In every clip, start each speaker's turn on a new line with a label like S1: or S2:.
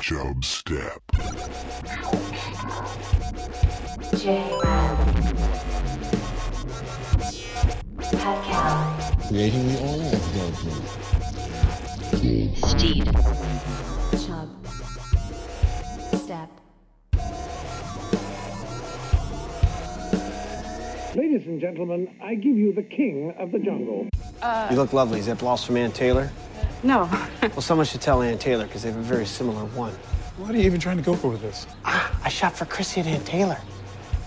S1: Job Step.
S2: Pascal,
S3: creating the all alphabet group.
S2: Steed,
S4: Chub. Step.
S5: Ladies and gentlemen, I give you the king of the jungle.
S6: You look lovely. Is that blouse from Ann Taylor?
S7: No.
S6: Well, someone should tell Ann Taylor because they have a very similar one.
S8: What are you even trying to go for with this?
S6: I shop for Chrissy and Ann Taylor.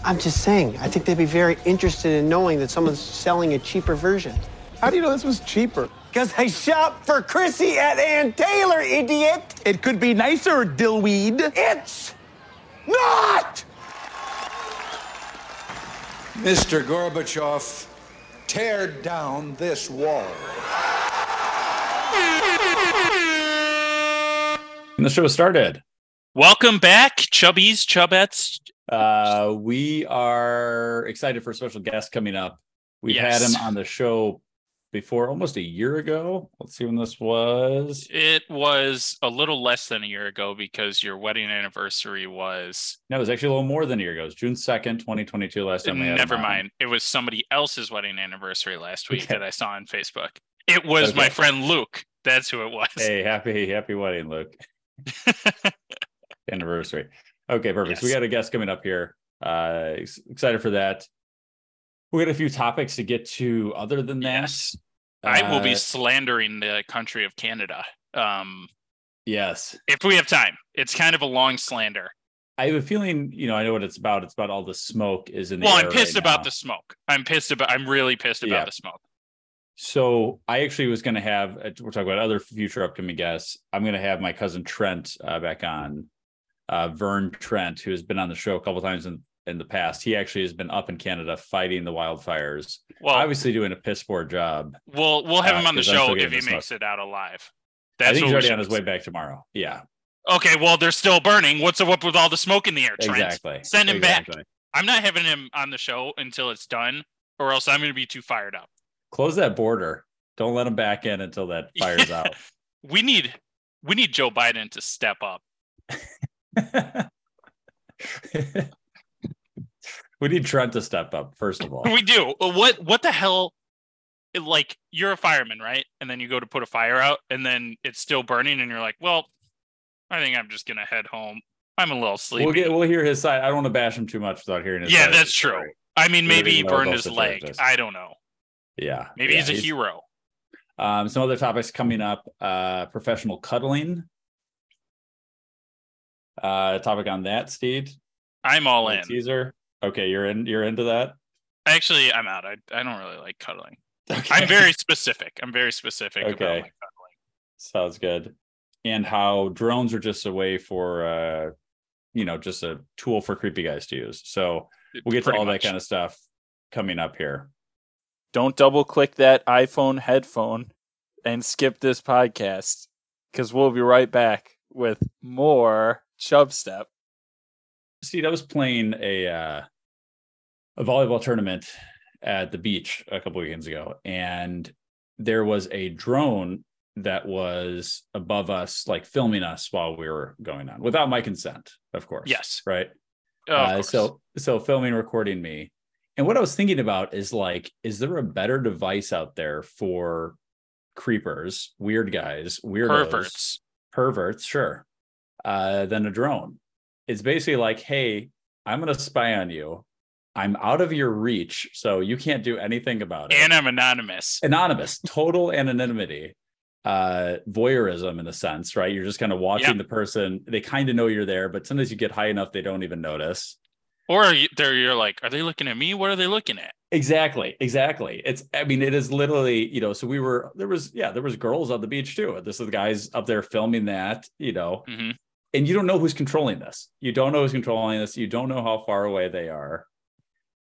S6: I'm just saying, I think they'd be very interested in knowing that someone's selling a cheaper version.
S8: How do you know this was cheaper?
S6: Because I shop for Chrissy at Ann Taylor, idiot!
S8: It could be nicer, Dillweed.
S6: It's not!
S9: Mr. Gorbachev, tear down this wall.
S10: And the show started.
S11: Welcome back, Chubbies, Chubbettes.
S10: Uh, we are excited for a special guest coming up. We've had
S11: Yes.
S10: him on the show before almost a year ago. Let's see when this was.
S11: It was a little less than a year ago because your wedding anniversary was.
S10: No, it was actually a little more than a year ago. It was June 2nd, 2022. Last time we had him
S11: Never
S10: on.
S11: mind. It was somebody else's wedding anniversary last week
S10: Okay.
S11: that I saw on Facebook. It was
S10: Okay.
S11: my friend Luke. That's who it was.
S10: Hey, happy, happy wedding, Luke. Anniversary. Okay, perfect. So we
S11: Yes.
S10: got a guest coming up here. Uh, ex- excited for that. We got a few topics to get to other than that.
S11: yes. I will be
S10: Uh,
S11: slandering the country of Canada. Um,
S10: Yes.
S11: if we have time, it's kind of a long slander.
S10: I have a feeling, you know, I know what it's about. It's about all the smoke is in the
S11: Well,
S10: air
S11: I'm pissed
S10: right
S11: about
S10: now.
S11: the smoke. I'm pissed about. I'm really pissed about
S10: Yeah.
S11: the smoke.
S10: So I actually was going to have uh, we're talking about other future upcoming guests. I'm going to have my cousin Trent uh, back on, uh, Vern Trent, who has been on the show a couple times in in the past. He actually has been up in Canada fighting the wildfires,
S11: Well,
S10: obviously doing a piss poor job.
S11: we'll we'll have
S10: uh,
S11: him on the
S10: 'cause I'm
S11: show
S10: still
S11: if
S10: getting
S11: he
S10: the
S11: makes it out alive.
S10: I think
S11: what
S10: he's
S11: we
S10: already
S11: should
S10: on his
S11: do.
S10: way back tomorrow. Yeah,
S11: Okay, well, they're still burning. What's up with all the smoke in the air, Trent?
S10: exactly.
S11: Send him back.
S10: Exactly.
S11: I'm not having him on the show until it's done, or else I'm going to be too fired up.
S10: Close that border. Don't let him back in until that fire's out.
S11: We need we need Joe Biden to step up.
S10: we need Trent to step up first of all.
S11: We do. What what the hell? It- Like you're a fireman, right? And then you go to put a fire out, and then it's still burning, and you're like, well, I think I'm just going to head home. I'm a little sleepy.
S10: We'll get we'll hear his side. I don't want to bash him too much without hearing his
S11: Yeah,
S10: side of
S11: that's
S10: the
S11: true.
S10: story.
S11: I mean,
S10: We're
S11: maybe
S10: gonna
S11: he
S10: know about
S11: burned his
S10: social
S11: leg.
S10: justice.
S11: I don't know.
S10: Yeah.
S11: Maybe
S10: yeah,
S11: he's a hero.
S10: Um, some other topics coming up. Uh professional cuddling. Uh topic on that, Steed.
S11: I'm all
S10: Little
S11: in.
S10: Teaser. Okay, you're in you're into that.
S11: Actually, I'm out. I, I don't really like cuddling.
S10: Okay.
S11: I'm very specific. I'm very specific about
S10: Okay.
S11: my cuddling.
S10: sounds good. And how drones are just a way for uh you know, just a tool for creepy guys to use. So we'll get to all that kind of stuff coming up here.
S12: don't double click that iPhone headphone and skip this podcast because we'll be right back with more Chub Step.
S10: Steve, I was playing a uh, a volleyball tournament at the beach a couple weekends ago, and there was a drone that was above us, like filming us while we were going on, without my consent, of course.
S11: Yes.
S10: right.
S11: Oh, of
S10: Uh,
S11: course.
S10: so so filming, recording me, and what I was thinking about is like, is there a better device out there for creepers, weird guys, weirdos,
S11: perverts.
S10: perverts, sure, uh, than a drone. It's basically like, hey, I'm going to spy on you. I'm out of your reach, so you can't do anything about it.
S11: And I'm anonymous.
S10: Anonymous, total anonymity, uh, voyeurism in a sense, right? You're just kind of watching
S11: Yeah.
S10: the person. They kind of know you're there, but sometimes you get high enough they don't even notice.
S11: Or are you, there you're like, are they looking at me? What are they looking at?
S10: Exactly, exactly. It's, I mean, it is literally, you know. So we were there was, yeah, there was girls on the beach too. This is the guys up there filming that, you know.
S11: hmm
S10: and you don't know who's controlling this. You don't know who's controlling this. You don't know how far away they are.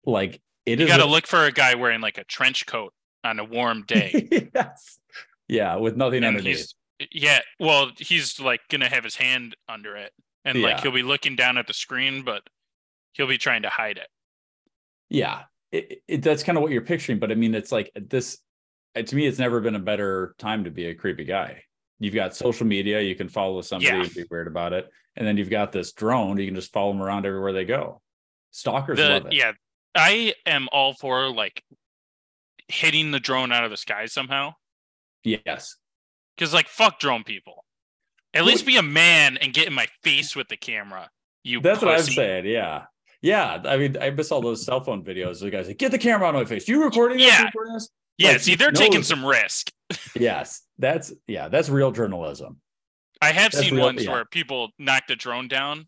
S10: Like it is.
S11: You got to look for a guy wearing like a trench coat on a warm day.
S10: yes. Yeah, with nothing
S11: and
S10: underneath.
S11: he's, yeah, well, he's like going to have his hand under it. And like
S10: Yeah.
S11: he'll be looking down at the screen, but he'll be trying to hide it.
S10: Yeah, it, it, that's kind of what you're picturing. But I mean, it's like this. uh, To me, it's never been a better time to be a creepy guy. You've got social media, you can follow somebody
S11: Yeah.
S10: and be weird about it. And then you've got this drone, you can just follow them around everywhere they go. Stalkers
S11: The-
S10: love it.
S11: yeah, I am all for like hitting the drone out of the sky somehow.
S10: Yes.
S11: Because like fuck drone people. At least be a man and get in my face with the camera. You
S10: That's what I'm
S11: pussy.
S10: saying. Yeah. Yeah. I mean, I miss all those cell phone videos. The guys like, get the camera out of my face. You recording this?
S11: Yeah.
S10: You recording this?
S11: Yeah,
S10: Like,
S11: see,
S10: you
S11: they're
S10: know
S11: taking
S10: it's-
S11: some risk.
S10: Yes. That's yeah, that's real journalism.
S11: I have
S10: That's
S11: seen
S10: real-
S11: ones
S10: yeah.
S11: where people knock the drone down,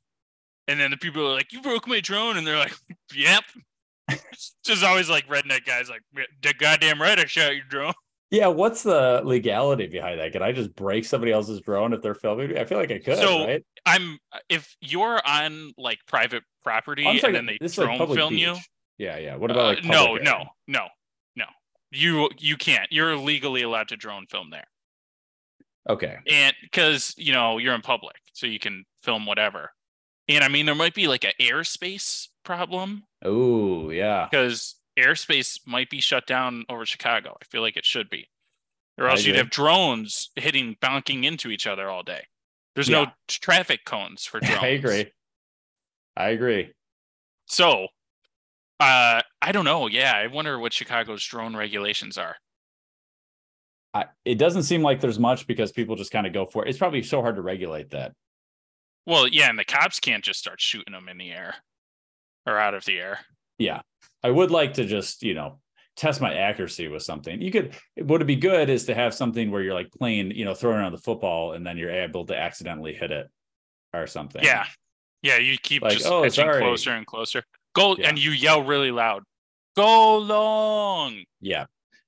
S11: and then the people are like, "You broke my drone," and they're like, "Yep." It's Just always like redneck guys, like, "The goddamn right, I shot your drone."
S10: Yeah, what's the legality behind that? Can I just break somebody else's drone if they're filming me? I feel like I could,
S11: So,
S10: right?
S11: I'm if you're on like private property
S10: I'm
S11: and
S10: talking-
S11: then they
S10: this is,
S11: drone
S10: public
S11: film
S10: beach.
S11: you,
S10: Yeah, yeah. What about
S11: uh,
S10: like
S11: no,
S10: public
S11: no,
S10: area?
S11: no, no. You you can't. You're legally allowed to drone film there.
S10: Okay.
S11: and because you know you're in public so you can film whatever and i mean there might be like an airspace problem
S10: Oh, yeah.
S11: because airspace might be shut down over chicago i feel like it should be or
S10: I
S11: else you'd
S10: agree.
S11: have drones hitting bonking into each other all day there's no
S10: Yeah.
S11: traffic cones for drones
S10: I agree. I agree.
S11: so uh i don't know yeah i wonder what chicago's drone regulations are
S10: I, it doesn't seem like there's much because people just kind of go for it. It's probably so hard to regulate that.
S11: well yeah and the cops can't just start shooting them in the air or out of the air
S10: I would like to just, you know, test my accuracy with something. You could would it be good is to have something where you're like playing, you know, throwing around the football and then you're able to accidentally hit it or something.
S11: Yeah. Yeah, you keep
S10: Like,
S11: just
S10: "Oh,
S11: pitching
S10: sorry."
S11: closer and closer. Go
S10: Yeah.
S11: and you yell really loud. Go long.
S10: Yeah.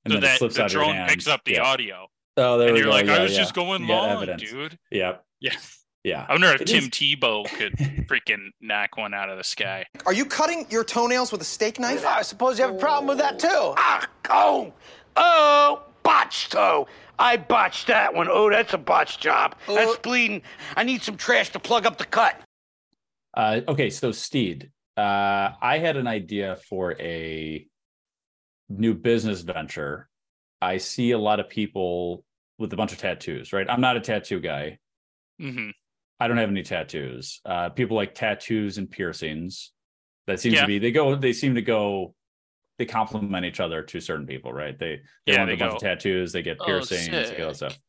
S11: so
S10: it
S11: that
S10: slips
S11: the
S10: out of your
S11: drone
S10: hand.
S11: picks up the
S10: yeah.
S11: audio.
S10: Oh, there
S11: and
S10: we
S11: you're
S10: go.
S11: like, I
S10: Yeah,
S11: was
S10: yeah.
S11: just going
S10: You got
S11: long,
S10: evidence.
S11: dude.
S10: Yep.
S11: Yeah.
S10: Yeah.
S11: I wonder if
S10: It
S11: Tim
S10: is-
S11: Tebow could freaking knock one out of the sky.
S1: Are you cutting your toenails with a steak knife?
S6: I suppose you have a problem with that too.
S7: Ah, oh, oh, botched toe. I botched that one. Oh, that's a botched job.
S6: Oh.
S7: That's bleeding. I need some trash to plug up the cut.
S10: Uh, okay, so Steed, uh, I had an idea for a new business venture. I see a lot of people with a bunch of tattoos, right? I'm not a tattoo guy.
S11: hmm
S10: I don't have any tattoos. Uh, people like tattoos and piercings. That seems
S11: Yeah.
S10: to be they go. They seem to go. They complement each other to certain people, right? They they
S11: Yeah,
S10: want
S11: they
S10: a bunch
S11: go,
S10: of tattoos. They get
S11: "Oh,
S10: piercings. they get all that
S11: sick.
S10: stuff.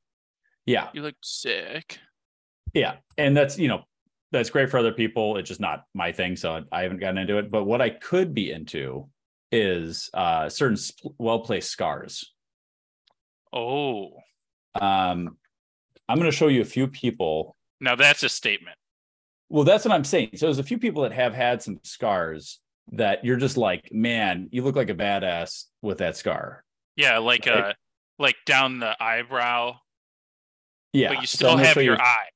S10: Yeah,
S11: You look sick.
S10: yeah, and that's you know that's great for other people. It's just not my thing, so I, I haven't gotten into it. But what I could be into is uh certain sp- well placed scars.
S11: Oh.
S10: Um, I'm going to show you a few people.
S11: Now that's a statement.
S10: Well, that's what I'm saying. So there's a few people that have had some scars that you're just like, man, you look like a badass with that scar.
S11: Yeah, like
S10: Right.
S11: uh like down the eyebrow,
S10: Yeah,
S11: but you
S10: so
S11: still
S10: I'm gonna
S11: have
S10: show
S11: your
S10: you-
S11: eye.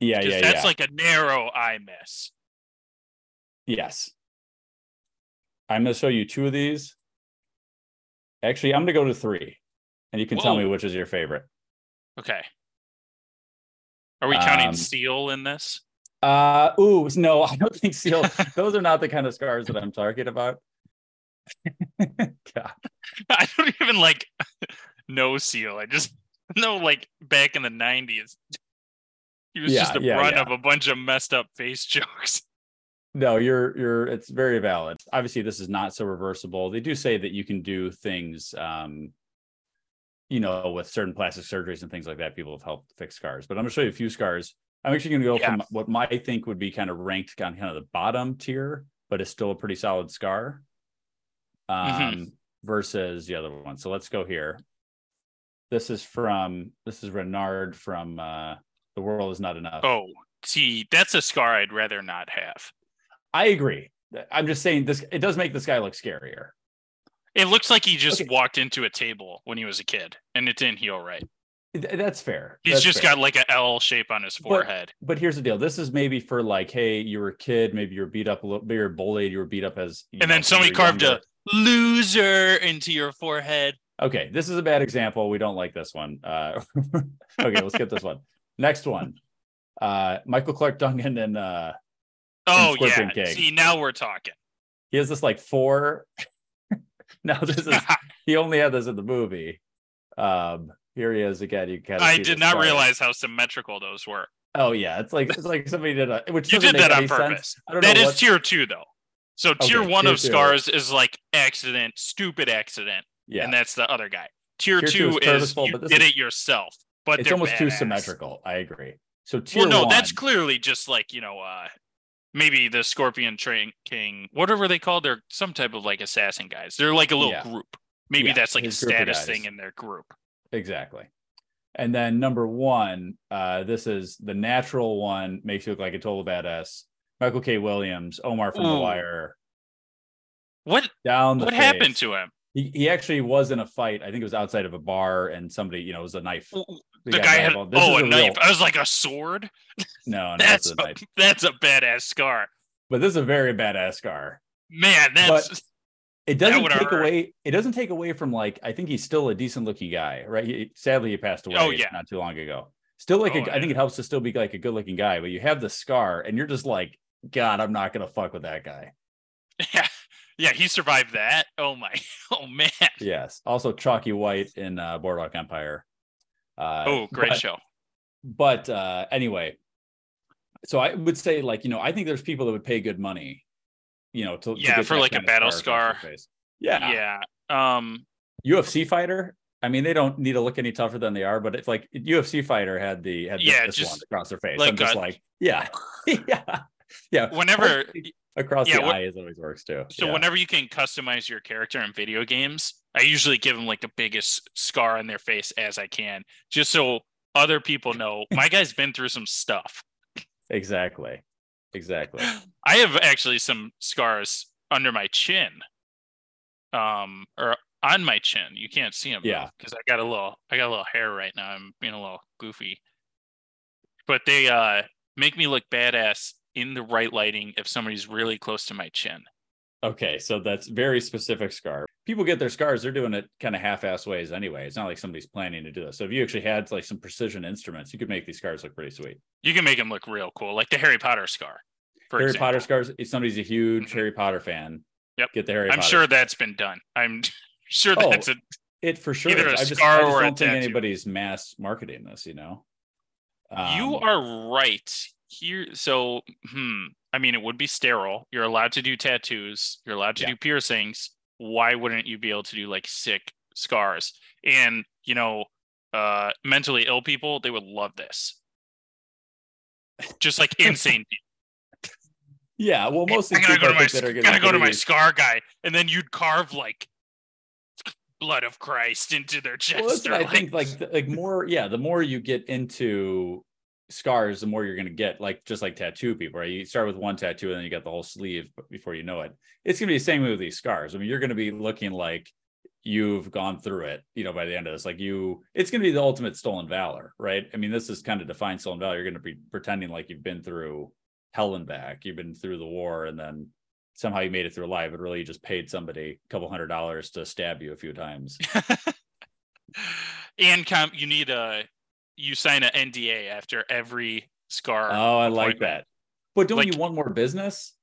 S10: Yeah,
S11: 'cause
S10: yeah, yeah.
S11: that's like a narrow eye miss.
S10: Yes. I'm going to show you two of these. Actually, I'm going to go to three, and you can tell me
S11: Whoa.
S10: which is your favorite.
S11: Okay. Are we counting
S10: Um,
S11: seal in this?
S10: Uh, ooh, no, I don't think seal. those are not the kind of scars that I'm talking about. God.
S11: I don't even like no seal. I just know like back in the nineties. He was just
S10: Yeah,
S11: a
S10: yeah,
S11: brunt
S10: yeah.
S11: of a bunch of messed up face jokes.
S10: No, you're you're it's very valid. Obviously, this is not so reversible. They do say that you can do things um you know with certain plastic surgeries and things like that. People have helped fix scars. But I'm gonna show you a few scars. I'm actually gonna go
S11: Yeah.
S10: from what my- I think would be kind of ranked on kind of the bottom tier, but it's still a pretty solid scar. Um
S11: Mhm.
S10: versus the other one. So let's go here. This is from this is Renard from uh The World Is Not Enough.
S11: Oh, see, that's a scar I'd rather not have.
S10: I agree. I'm just saying this it does make this guy look scarier.
S11: It looks like he just
S10: Okay.
S11: walked into a table when he was a kid and it didn't heal right.
S10: Th- That's fair.
S11: He's
S10: That's
S11: just
S10: fair.
S11: got like an L shape on his forehead.
S10: But here's the deal. This is maybe for like, hey, you were a kid, maybe you were beat up a little, you were bullied, you were beat up as. you
S11: And
S10: know,
S11: then
S10: when
S11: somebody
S10: you were
S11: carved
S10: younger.
S11: Loser into your forehead.
S10: Okay, this is a bad example. We don't like this one. Uh, okay, let's get this one. Next one. Uh, Michael Clark Duncan and uh,
S11: Oh yeah.
S10: Scorpion King.
S11: See, now we're talking.
S10: he has this like four. no, this is he only had this in the movie. Um, Here he is again. You kind of
S11: I
S10: see
S11: did
S10: the
S11: not
S10: sky.
S11: realize how symmetrical those were.
S10: Oh yeah, it's like it's like somebody did a which
S11: You
S10: doesn't
S11: did that
S10: make
S11: on
S10: any
S11: purpose.
S10: sense. I don't
S11: That
S10: know
S11: is
S10: what-
S11: tier two though. So tier
S10: Okay,
S11: one
S10: tier
S11: of
S10: two.
S11: scars is like accident, stupid accident,
S10: Yeah.
S11: and that's the other guy. Tier,
S10: Tier two
S11: two,
S10: is
S11: is
S10: purposeful,
S11: you
S10: but this
S11: did
S10: is-
S11: it yourself. But
S10: it's
S11: they're
S10: almost too
S11: badass.
S10: symmetrical. I agree. So tier
S11: Well, no,
S10: one,
S11: that's clearly just like you know, uh maybe the Scorpion Train King, whatever they called. They're some type of like assassin guys. They're like a little
S10: Yeah.
S11: group. Maybe
S10: Yeah,
S11: that's like a
S10: his group of
S11: status
S10: guys.
S11: thing in their group.
S10: Exactly. And then number one, uh, this is the natural one, makes you look like a total badass. Michael K. Williams, Omar from The
S11: Ooh.
S10: Wire.
S11: What
S10: down the
S11: What happened
S10: face.
S11: to him?
S10: He, he actually was in a fight. I think it was outside of a bar and somebody, you know, it was a knife.
S11: The guy had
S10: oh
S11: oh a knife. I was like a sword.
S10: no, no,
S11: that's
S10: it's a knife.
S11: That's a badass scar,
S10: But this is a very badass scar.
S11: man. That's
S10: It doesn't
S11: would've
S10: take
S11: hurt.
S10: away. It doesn't take away from like I think he's still a decent looking guy, right? He, sadly, he passed away.
S11: Oh, yeah.
S10: not too long ago. Still like a-
S11: Oh,
S10: I think it helps to still be like a good looking guy, but you have the scar, and you're just like, God, I'm not gonna fuck with that guy.
S11: yeah. He survived that. Oh my. Oh man.
S10: Yes. Also, Chalky White in uh, Boardwalk Empire. Uh,
S11: Oh, great
S10: but-
S11: show.
S10: But uh, anyway, so I would say like you know I think there's people that would pay good money, you know, to to
S11: Yeah,
S10: get
S11: for
S10: that
S11: like a
S10: kind of
S11: battle
S10: across
S11: scar.
S10: their face. Yeah.
S11: Yeah. Um.
S10: UFC fighter. I mean, they don't need to look any tougher than they are, but it's like UFC fighter had the had
S11: Yeah,
S10: this one
S11: just
S10: across their face.
S11: like
S10: I'm just
S11: a-
S10: like, yeah, yeah, yeah.
S11: Whenever.
S10: across
S11: yeah,
S10: the
S11: wh-
S10: eye is always works too.
S11: So
S10: Yeah.
S11: whenever you can customize your character in video games, I usually give them like the biggest scar on their face as I can, just so other people know my guy's been through some stuff.
S10: exactly, exactly.
S11: I have actually some scars under my chin, um, or on my chin. You can't see them,
S10: Yeah.
S11: because I got a little, I got a little hair right now. I'm being a little goofy, but they uh make me look badass in the right lighting if somebody's really close to my chin.
S10: Okay, so that's very specific scar. People get their scars; they're doing it kind of half-ass ways anyway. It's not like somebody's planning to do this. So if you actually had like some precision instruments, you could make these scars look pretty sweet.
S11: You can make them look real cool, like the Harry Potter scar. For
S10: Harry
S11: example. Mm-hmm.
S10: Potter scars. If somebody's a huge Harry Potter fan,
S11: Yep.
S10: get the Harry.
S11: I'm
S10: Potter
S11: sure that's been done. I'm sure
S10: Oh,
S11: that's a
S10: it for sure.
S11: either
S10: is.
S11: a
S10: I just,
S11: scar
S10: I just
S11: or a
S10: don't think
S11: tattoo.
S10: anybody's mass marketing this. You know,
S11: you
S10: Um,
S11: are right here. So, hmm. I mean, it would be sterile. You're allowed to do tattoos. You're allowed to do piercings. Why wouldn't you be able to do like sick scars? And you know, uh, mentally ill people they would love this. Just like insane people.
S10: Yeah, well, most of
S11: I
S10: these
S11: gotta
S10: people
S11: go to
S10: I
S11: my
S10: think that are
S11: gotta
S10: gonna
S11: go to my
S10: these-
S11: scar guy, and then you'd carve like blood of Christ into their
S10: Well,
S11: chest.
S10: that's
S11: or
S10: what I
S11: like,
S10: think like th- like more yeah, the more you get into scars, the more you're gonna get like just like tattoo people, right? You start with one tattoo and then you got the whole sleeve b- before you know it. It's gonna be the same way with these scars. I mean, you're gonna be looking like you've gone through it, you know, by the end of this. Like you it's gonna be the ultimate stolen valor, right? I mean, this is kind of defined stolen valor. You're gonna be pretending like you've been through hell and back, you've been through the war and then somehow you made it through alive, but really you just paid somebody a couple hundred dollars to stab you a few times.
S11: and com- you need a you sign an NDA after every scar.
S10: Oh, I like that. But don't
S11: Like-
S10: you want more business?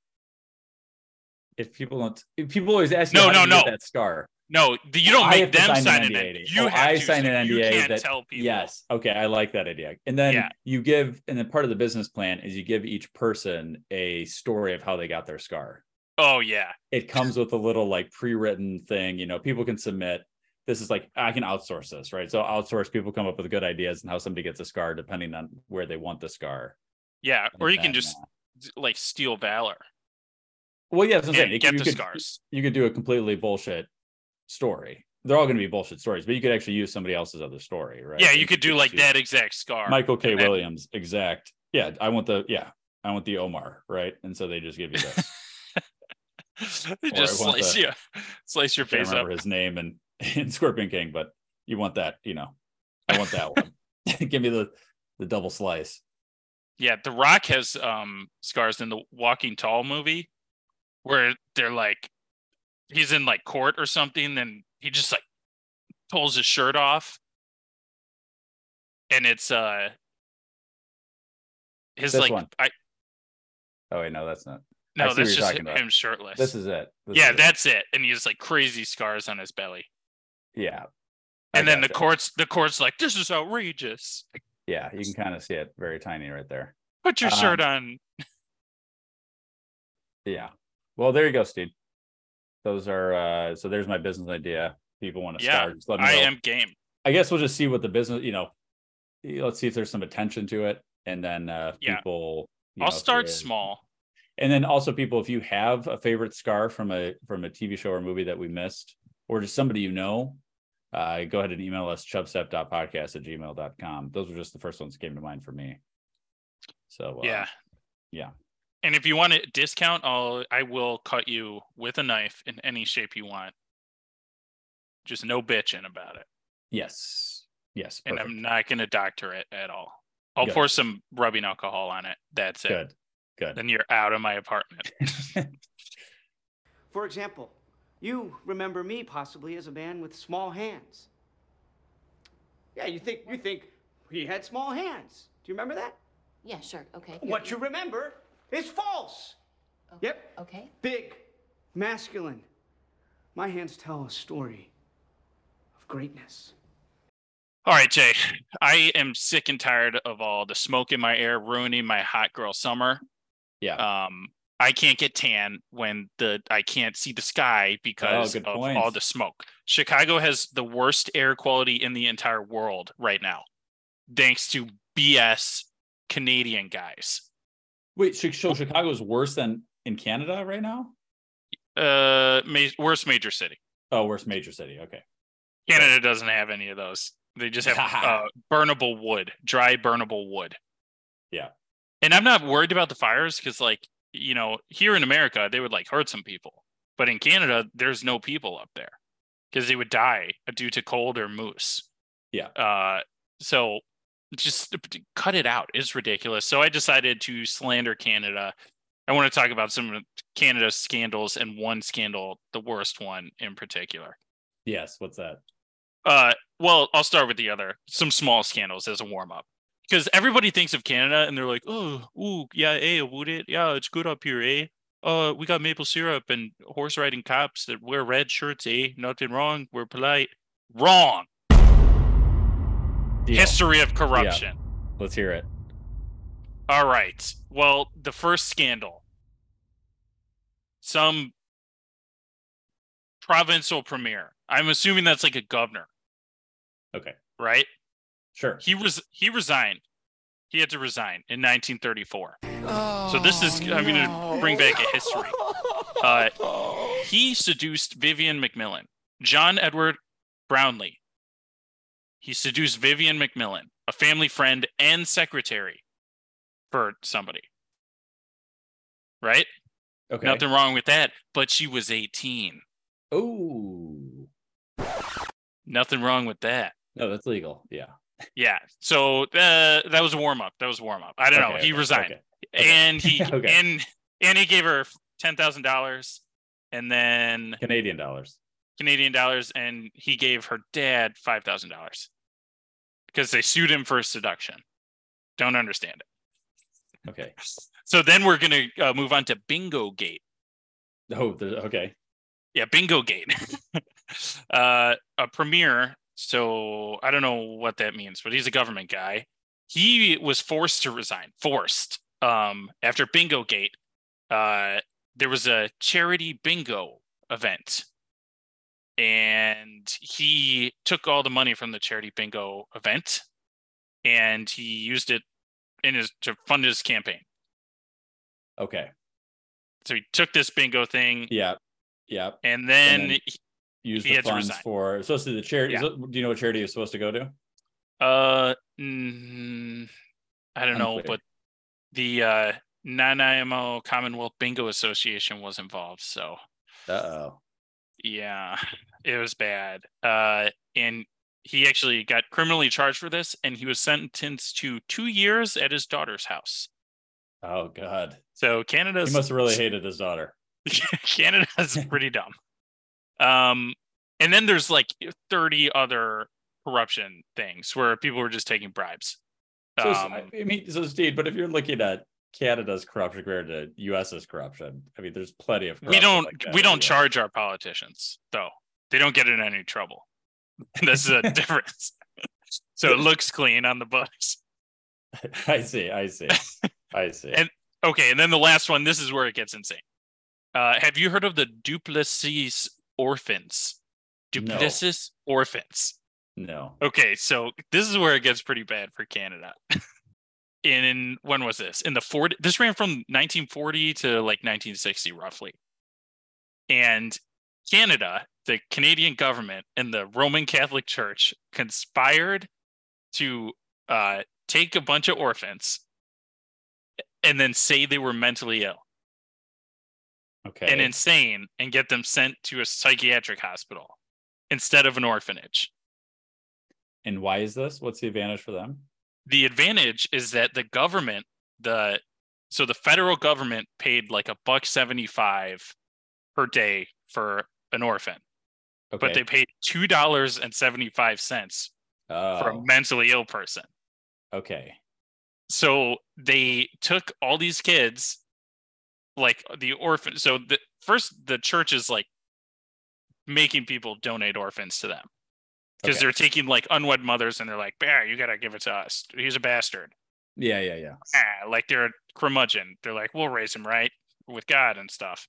S10: If people don't, if people always ask you,
S11: No,
S10: how
S11: no,
S10: did you get
S11: no.
S10: that scar.
S11: No, th- you don't
S10: I
S11: make
S10: have to
S11: them
S10: sign
S11: sign
S10: an
S11: an
S10: NDA.
S11: NDA. You
S10: Oh,
S11: have
S10: I
S11: to,
S10: sign
S11: so
S10: an
S11: you
S10: NDA
S11: can't
S10: that-
S11: tell people.
S10: Yes. Okay, I like that idea. And then
S11: Yeah.
S10: you give, and then part of the business plan is you give each person a story of how they got their scar.
S11: Oh yeah.
S10: It comes with a little like pre-written thing. You know, people can submit. This is like I can outsource this, right? So outsource people come up with good ideas and how somebody gets a scar depending on where they want the scar.
S11: Yeah. Or you can
S10: then,
S11: just d- like steal valor.
S10: Well, yeah, that's what I'm
S11: Yeah,
S10: saying. You-
S11: get
S10: you
S11: the
S10: could,
S11: scars.
S10: You could do a completely bullshit story. They're all going to be bullshit stories, but you could actually use somebody else's other story, right?
S11: Yeah,
S10: And
S11: you could do
S10: just
S11: like
S10: use
S11: that exact scar.
S10: Michael K.
S11: and then-
S10: Williams, exact. Yeah, I want the yeah, I want the Omar, right? And so they just give you this.
S11: They
S10: Or I
S11: just
S10: want
S11: slice
S10: the-
S11: you, slice your
S10: I can't
S11: face up.
S10: remember his name and in Scorpion King, but you want that, you know, I want that one. give me the the double slice.
S11: Yeah, The Rock has um scars in the Walking Tall movie where they're like he's in like court or something and he just like pulls his shirt off and it's uh his
S10: This
S11: like
S10: one.
S11: I
S10: Oh wait, no, that's not. I
S11: no
S10: see what
S11: that's
S10: you're
S11: just
S10: talking
S11: him
S10: about.
S11: shirtless.
S10: This is it. This
S11: yeah,
S10: is it.
S11: that's it. And he has like crazy scars on his belly.
S10: yeah.
S11: and then the courts the courts like this is outrageous.
S10: Yeah, you can kind of see it very tiny right there.
S11: Put your
S10: Um,
S11: shirt on.
S10: Yeah. Well, there you go, Steve. Those are uh so there's my business idea. People want to
S11: Yeah,
S10: start. Just let me
S11: I
S10: know.
S11: am game.
S10: I guess we'll just see what the business, you know, let's see if there's some attention to it. And then uh
S11: Yeah.
S10: people you
S11: I'll
S10: know, if
S11: start
S10: there is-
S11: small.
S10: And then also people, if you have a favorite scar from a from a TV show or movie that we missed, or just somebody you know, uh go ahead and email us chubstep.podcast at gmail.com. Those were just the first ones that came to mind for me. So uh,
S11: yeah.
S10: yeah.
S11: And if you want a discount, I'll I will cut you with a knife in any shape you want. Just no bitching about it.
S10: Yes. Yes.
S11: And
S10: perfect.
S11: I'm not gonna doctor it at all. I'll
S10: Good.
S11: pour some rubbing alcohol on it. That's it.
S10: Good. Good.
S11: Then you're out of my apartment.
S13: For example, you remember me possibly as a man with small hands. Yeah, you think you think he had small hands. Do you remember that?
S4: Yeah, sure. Okay.
S13: What you remember is false. Yep.
S4: Okay.
S13: Big, masculine. My hands tell a story of greatness.
S11: All right, Jay. I am sick and tired of all the smoke in my air ruining my hot girl summer.
S10: Yeah.
S11: Um, I can't get tan when the I can't see the sky because
S10: good
S11: of
S10: point.
S11: all the smoke. Chicago has the worst air quality in the entire world right now, thanks to BS Canadian guys.
S10: Wait, Chi-
S11: Oh.
S10: so Chicago's worse than in Canada right now?
S11: Uh, ma- worst major city.
S10: Oh, worst major city. Okay.
S11: Canada doesn't have any of those. They just have uh, burnable wood, dry burnable wood.
S10: Yeah.
S11: And I'm not worried about the fires because, like, you know, here in America, they would like hurt some people. But in Canada, there's no people up there because they would die due to cold or moose.
S10: Yeah.
S11: Uh, so just cut it out. It's ridiculous. So I decided to slander Canada. I want to talk about some of Canada's scandals and one scandal, the worst one in particular.
S10: Yes. What's that?
S11: Uh, well, I'll start with the other some small scandals as a warm up because everybody thinks of Canada and they're like, oh, ooh, yeah, eh, would it? Yeah, it's good up here, eh? Uh, we got maple syrup and horse riding cops that wear red shirts, eh? Nothing wrong. We're polite. Wrong.
S10: Deal.
S11: History of corruption.
S10: Let's hear it.
S11: All right. Well, the first scandal. Some provincial premier. I'm assuming that's like a governor,
S10: Okay.
S11: right?
S10: Sure.
S11: He was he resigned. He had to resign in 1934. so this is I'm going
S10: Oh,
S11: to bring back a history. Uh, he seduced Vivian McMillan, John Edward Brownlee. He seduced Vivian McMillan, a family friend and secretary for somebody. Right?
S10: Okay.
S11: Nothing wrong with that, but she was 18.
S10: Ooh.
S11: Nothing wrong with that.
S10: No, that's legal. Yeah.
S11: Yeah. So uh, that was a warm up. That was a warm up. I don't know.
S10: Okay,
S11: He
S10: okay,
S11: resigned,
S10: okay, okay.
S11: and he
S10: Okay.
S11: and and he gave her ten thousand dollars, and then
S10: Canadian dollars.
S11: Canadian dollars, and he gave her dad five thousand dollars because they sued him for seduction. Don't understand it.
S10: Okay.
S11: So then we're gonna uh, move on to Bingo Gate.
S10: Oh, there- okay.
S11: Yeah, Bingo Gate. uh, a premier. So I don't know what that means, but he's a government guy. He was forced to resign, forced. Um, after Bingo Gate, uh, there was a charity bingo event. And he took all the money from the charity bingo event and he used it in his to fund his campaign.
S10: Okay.
S11: So he took this bingo thing
S10: Yeah. Yeah.
S11: and then,
S10: And then Use
S11: he
S10: the
S11: had to
S10: funds
S11: resign.
S10: for supposed to the charity. is
S11: Yeah.
S10: it- Do you know what charity is supposed to go to?
S11: Uh, mm, I don't know,
S10: Unclear.
S11: but the uh, Nanaimo Commonwealth Bingo Association was involved, so
S10: Uh oh.
S11: yeah, it was bad. Uh, and he actually got criminally charged for this, and he was sentenced to two years at his daughter's house.
S10: Oh God.
S11: So Canada's
S10: He must have really hated his daughter.
S11: Canada's pretty dumb. Um, and then there's like 30 other corruption things where people were just taking bribes.
S10: So,
S11: Um,
S10: I I mean, so Steve, but if you're looking at Canada's corruption compared to U.S.'s corruption, I mean, there's plenty of.
S11: we
S10: corruption
S11: don't
S10: like that
S11: we
S10: in the
S11: don't
S10: US.
S11: charge our politicians though they don't get in any trouble This is a difference. so it looks clean on the books.
S10: I see. I see. I see.
S11: And okay, and then the last one. This is where it gets insane. Uh, have you heard of the Duplessis orphans?
S10: No.
S11: Duplessis orphans.
S10: No.
S11: Okay, so this is where it gets pretty bad for Canada. in, in when was this? In the 40 this ran from 1940 to like 1960 roughly. And Canada, the Canadian government and the Roman Catholic Church conspired to uh, take a bunch of orphans and then say they were mentally ill
S10: Okay.
S11: and insane and get them sent to a psychiatric hospital instead of an orphanage.
S10: and why is this? What's the advantage for them?
S11: the advantage is that the government the so the federal government paid like a buck 75 per day for an orphan
S10: Okay.
S11: but they paid two dollars and 75 cents for a
S10: Oh.
S11: mentally ill person
S10: Okay.
S11: so they took all these kids like the orphan so the first the church is like making people donate orphans to them because
S10: Okay.
S11: they're taking like unwed mothers and they're like bear you gotta give it to us he's a bastard
S10: Yeah. Yeah. Yeah.
S11: "Ah," like they're a curmudgeon. They're like, we'll raise him right with God and stuff.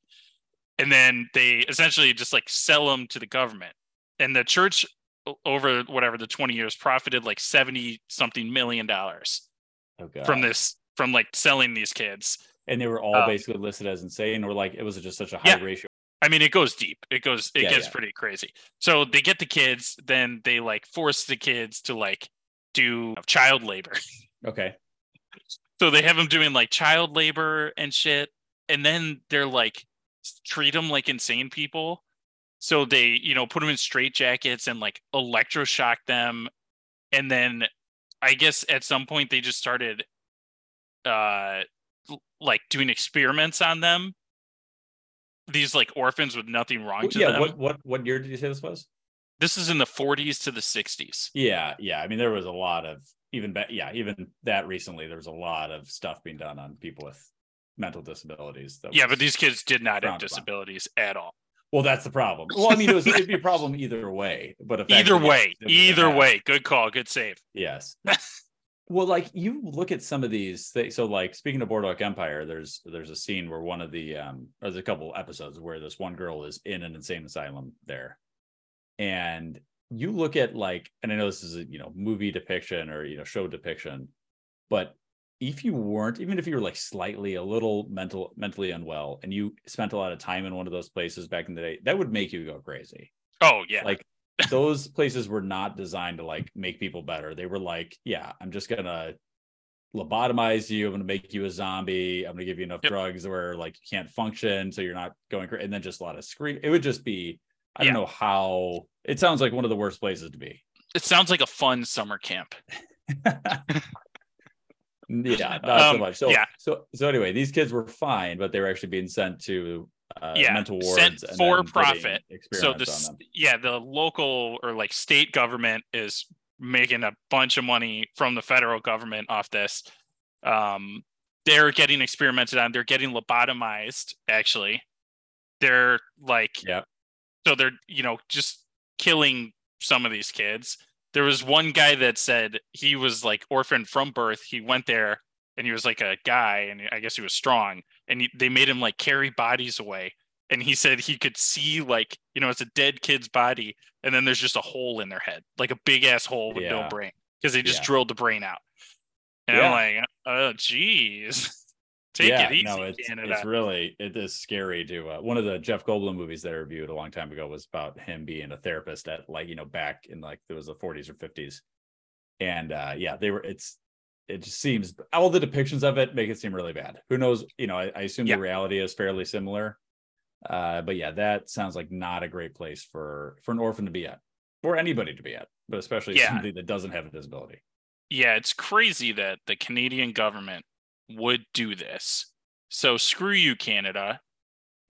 S11: And then they essentially just like sell him to the government. And the church o- over whatever the 20 years profited like 70 something million dollars
S10: Oh, God.
S11: from this, from like selling these kids.
S10: and they were all
S11: Uh,
S10: basically listed as insane, or like it was just such a high
S11: Yeah.
S10: ratio.
S11: I mean, it goes deep. It goes, it
S10: Yeah,
S11: gets
S10: yeah.
S11: pretty crazy. So they get the kids, then they like force the kids to like do child labor.
S10: Okay.
S11: So they have them doing like child labor and shit, and then they're like s- treat them like insane people. So they, you know, put them in straitjackets and like electroshock them, and then I guess at some point they just started, uh, l- like doing experiments on them. These like orphans with nothing wrong to
S10: yeah.
S11: them.
S10: What what what year did you say this was?
S11: This is in the 40s to the 60s.
S10: Yeah. Yeah. I mean, there was a lot of even ba- yeah even that recently. There was a lot of stuff being done on people with mental disabilities. That
S11: Yeah,
S10: was-
S11: but these kids did not have
S10: frowned upon.
S11: disabilities at all.
S10: Well, that's the problem. Well, I mean, it was, it'd be a problem either way. But if
S11: Either
S10: actually-
S11: way,
S10: if it
S11: either
S10: happened-
S11: way, good call, good save.
S10: Yes. well, like you look at some of these things. So, like speaking of Boardwalk Empire, there's there's a scene where one of the um there's a couple episodes where this one girl is in an insane asylum there, and you look at like, and I know this is a you know movie depiction or you know show depiction, but if you weren't even if you were like slightly a little mental mentally unwell and you spent a lot of time in one of those places back in the day that would make you go crazy
S11: Oh yeah.
S10: like those places were not designed to like make people better they were like yeah i'm just gonna lobotomize you i'm gonna make you a zombie i'm gonna give you enough drugs where like you can't function so you're not going crazy and then just a lot of scream it would just be i
S11: Yeah.
S10: don't know how it sounds like one of the worst places to be
S11: It sounds like a fun summer camp.
S10: yeah not so
S11: Um,
S10: much so
S11: yeah.
S10: so so anyway these kids were fine but they were actually being sent to uh,
S11: yeah,
S10: mental wards
S11: sent
S10: and then
S11: for
S10: doing
S11: profit. So
S10: experiments
S11: the
S10: on
S11: s-
S10: them.
S11: yeah, the local or like state government is making a bunch of money from the federal government off this. Um, they're getting experimented on. They're getting lobotomized. Actually, they're like
S10: yeah.
S11: So they're you know just killing some of these kids. There was one guy that said he was like orphaned from birth. He went there and he was like a guy, and I guess he was strong. And he, they made him like carry bodies away. And he said he could see like you know it's a dead kid's body, and then there's just a hole in their head, like a big ass hole with
S10: Yeah.
S11: no brain, because they just
S10: Yeah.
S11: drilled the brain out. And I'm like, oh jeez, take it easy,
S10: no, it's,
S11: Canada.
S10: it's really it is scary to uh, one of the Jeff Goldblum movies that I reviewed a long time ago was about him being a therapist at like you know back in like it was the 40s or 50s, and uh yeah, they were it's it just seems all the depictions of it make it seem really bad. Who knows? You know, I, I assume
S11: Yeah.
S10: the reality is fairly similar, uh, but yeah, that sounds like not a great place for for an orphan to be at or anybody to be at, but especially
S11: Yeah.
S10: somebody that doesn't have a disability.
S11: yeah, it's crazy that the Canadian government would do this. So screw you, Canada.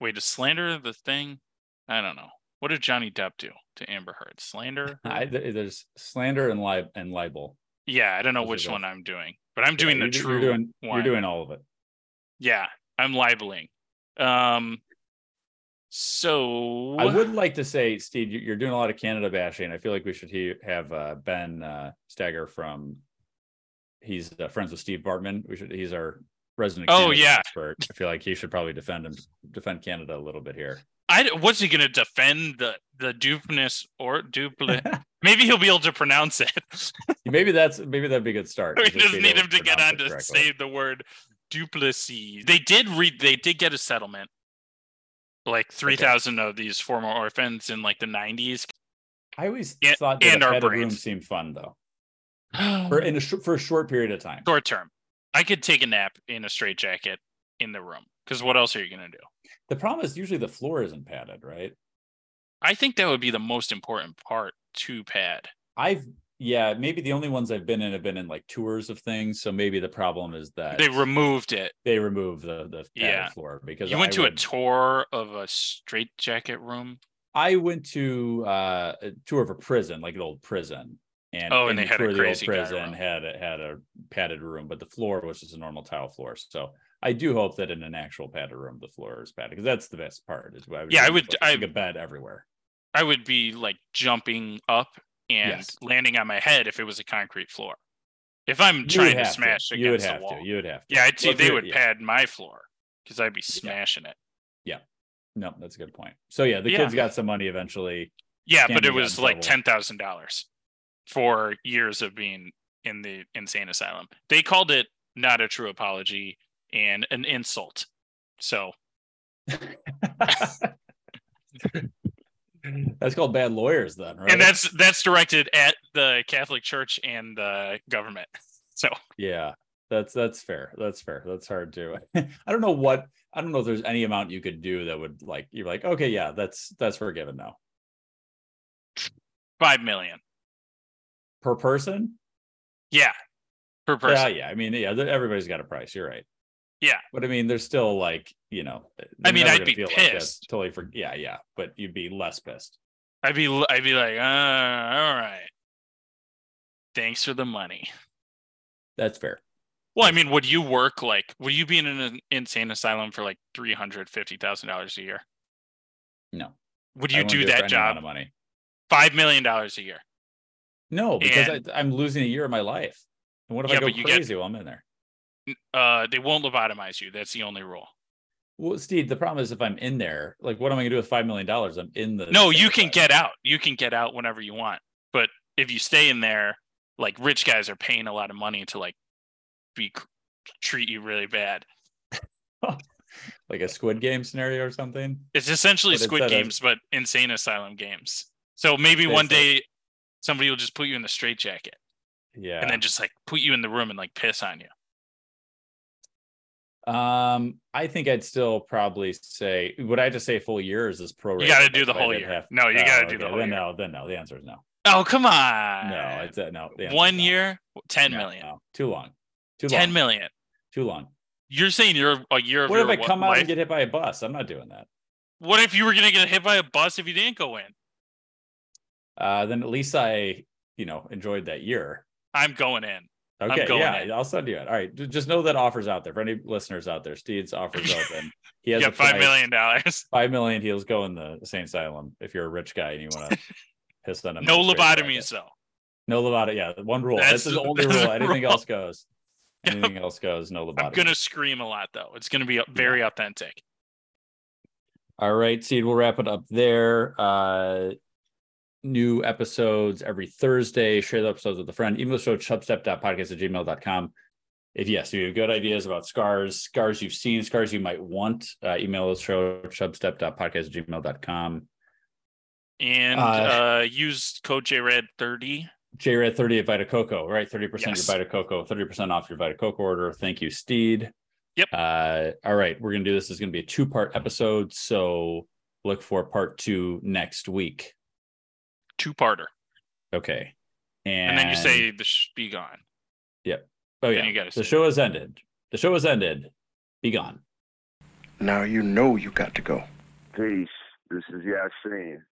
S11: Wait, to slander the thing? I don't know. What did Johnny Depp do to Amber Heard? Slander?
S10: I, there- there's slander and lib and libel.
S11: Yeah, I don't know
S10: Those are
S11: which
S10: both-
S11: one I'm doing, but I'm
S10: Yeah,
S11: doing
S10: you're
S11: the
S10: do-
S11: true
S10: You're doing,
S11: one.
S10: You're doing all of it.
S11: Yeah, I'm libeling. Um, So
S10: I would like to say, Steve, you- you're doing a lot of Canada bashing. I feel like we should he- have uh, Ben uh, Stagger from. He's uh, friends with Steve Bartman. We should. He's our resident.
S11: Oh,
S10: Canada
S11: yeah.
S10: expert. I feel like he should probably defend him, defend Canada a little bit here.
S11: I d- what's he going to defend the the dupeness or dupli? Maybe he'll be able to pronounce it.
S10: Maybe that's maybe that'd be a good start.
S11: we
S10: is if
S11: just
S10: they
S11: need
S10: don't
S11: him to get
S10: pronounce
S11: on
S10: it
S11: to
S10: correctly.
S11: say the word duplicy. They did read. They did get a settlement, like three thousand of these former orphans in like the nineties.
S10: I always
S11: and,
S10: thought that
S11: and
S10: a
S11: our
S10: padded room
S11: brains
S10: seemed fun though, for in a sh- for a short period of time.
S11: short term. I could take a nap in a straitjacket in the room because what else are you going to do?
S10: The problem is usually the floor isn't padded, right?
S11: I think that would be the most important part to pad.
S10: I've yeah, maybe the only ones I've been in have been in like tours of things. So maybe the problem is that
S11: They removed it.
S10: they remove the the padded
S11: Yeah.
S10: floor because
S11: you went
S10: I
S11: to a
S10: would-
S11: tour of a straitjacket room.
S10: I went to uh, a tour of a prison, like an old prison. And,
S11: Oh, and they
S10: the
S11: had
S10: tour
S11: a
S10: of the old
S11: crazy guy
S10: prison had a, had a padded room, but the floor was just a normal tile floor. So I do hope that in an actual padded room, the floor is padded because that's the best part. Is what I would
S11: Yeah, I
S10: do,
S11: would-
S10: put
S11: I-
S10: like a bed everywhere.
S11: I would be like jumping up and
S10: Yes.
S11: landing on my head if it was a concrete floor. If I'm
S10: You
S11: trying
S10: would
S11: to
S10: have to.
S11: smash against
S10: You would
S11: the
S10: have to.
S11: wall,
S10: You would have to.
S11: Yeah, I'd see
S10: Well, if
S11: they
S10: you're-
S11: would
S10: yeah.
S11: pad my floor because I'd be smashing it.
S10: Yeah, no, that's a good point. So yeah, the
S11: Yeah.
S10: kids got some money eventually.
S11: Yeah, but
S10: Candy
S11: it
S10: got
S11: was
S10: in
S11: like
S10: trouble.
S11: ten thousand dollars for years of being in the insane asylum. They called it not a true apology and an insult. So
S10: That's called bad lawyers, then, right?
S11: and that's that's directed at the Catholic Church and the government. So
S10: Yeah, that's that's fair. That's fair. That's hard to. I don't know what. I don't know if there's any amount you could do that would like you're like okay, yeah, that's that's forgiven now
S11: five million.
S10: per person.
S11: Yeah. Per
S10: Yeah,
S11: person.
S10: yeah. I mean, yeah, th- everybody's got a price. You're right.
S11: Yeah.
S10: But I mean, there's still like you know.
S11: I
S10: they're
S11: mean,
S10: never
S11: I'd
S10: gonna
S11: be
S10: like that's
S11: pissed.
S10: totally for yeah, yeah. But you'd be less pissed.
S11: I'd be l- I'd be like, uh, all right. Thanks for the money.
S10: That's fair.
S11: Well, I mean, would you work like would you be in an insane asylum for like three hundred fifty thousand dollars a year?
S10: No.
S11: Would
S10: I
S11: you
S10: wouldn't
S11: do
S10: it for
S11: that
S10: any amount
S11: job?
S10: Of money.
S11: Five million dollars a year.
S10: No, because
S11: And-
S10: I, I'm losing a year of my life. And what if
S11: Yeah,
S10: I go
S11: but you get-
S10: crazy while I'm in there?
S11: Uh, they won't lobotomize you. That's the only rule.
S10: Well, Steve, the problem is if I'm in there, like, what am I gonna do with five million dollars? I'm in the
S11: No, you can get out. You can get out whenever you want. But if you stay in there, like rich guys are paying a lot of money to like be treat you really bad.
S10: like a Squid Game scenario or something.
S11: It's essentially
S10: But it's
S11: Squid
S10: at a-
S11: Games, but insane asylum games. So maybe
S10: It's
S11: one
S10: a-
S11: day somebody will just put you in the straitjacket
S10: Yeah.
S11: and then just like put you in the room and like piss on you.
S10: um, I think I'd still probably say would I just say full year or is this pro?
S11: You gotta do the whole year. No, you gotta do the whole
S10: Oh, then
S11: year.
S10: No, then no. The answer is no.
S11: Oh come on!
S10: No, it's uh, no. the answer is
S11: one
S10: no.
S11: year, ten
S10: No,
S11: million.
S10: no. Too long. Too long.
S11: Ten million.
S10: Too long.
S11: You're saying you're a year of
S10: What if
S11: your
S10: I
S11: wa-
S10: come out
S11: life?
S10: and get hit by a bus? I'm not doing that.
S11: What if you were gonna get hit by a bus if you didn't go in?
S10: Uh, then at least I, you know, enjoyed that year.
S11: I'm going in. I'm
S10: Okay,
S11: going
S10: yeah,
S11: in.
S10: I'll send you it. All right, ju- just know that offers out there for any listeners out there. Steve's offers open. He has
S11: you
S10: a
S11: got five
S10: price.
S11: million dollars.
S10: Five million heels go in the same asylum if you're a rich guy and you want to piss on him.
S11: No lobotomies though.
S10: No lobotomy. Yeah, one rule.
S11: That's
S10: That's, the
S11: the-
S10: only
S11: that's
S10: rule.
S11: the
S10: Anything
S11: rule.
S10: else goes. Anything else goes. No lobotomy.
S11: I'm gonna scream a lot though. It's gonna be very authentic.
S10: All right, Seed, we'll wrap it up there. Uh, new episodes every Thursday. Share the episodes with a friend. Email the show chubstep.podcast at gmail.com. If yes, if you have good ideas about scars, scars you've seen, scars you might want, uh, email the show chubstep.podcast at gmail.com.
S11: And uh,
S10: Uh,
S11: use code JRED thirty.
S10: JRED 30 at Vita Coco, right? 30%
S11: Yes.
S10: your Vita Coco, 30% off your Vita Coco order. Thank you, Steed.
S11: Yep.
S10: Uh, all right. We're going to do this. It's going to be a two part episode. So look for part two next week.
S11: Two parter.
S10: Okay. And,
S11: And, then you say the sh- be gone.
S10: Yep. Oh, yeah.
S11: then you gotta
S10: the show has ended. The show has ended. Be gone.
S14: Now you know you got to go.
S15: Peace. This is Yasin.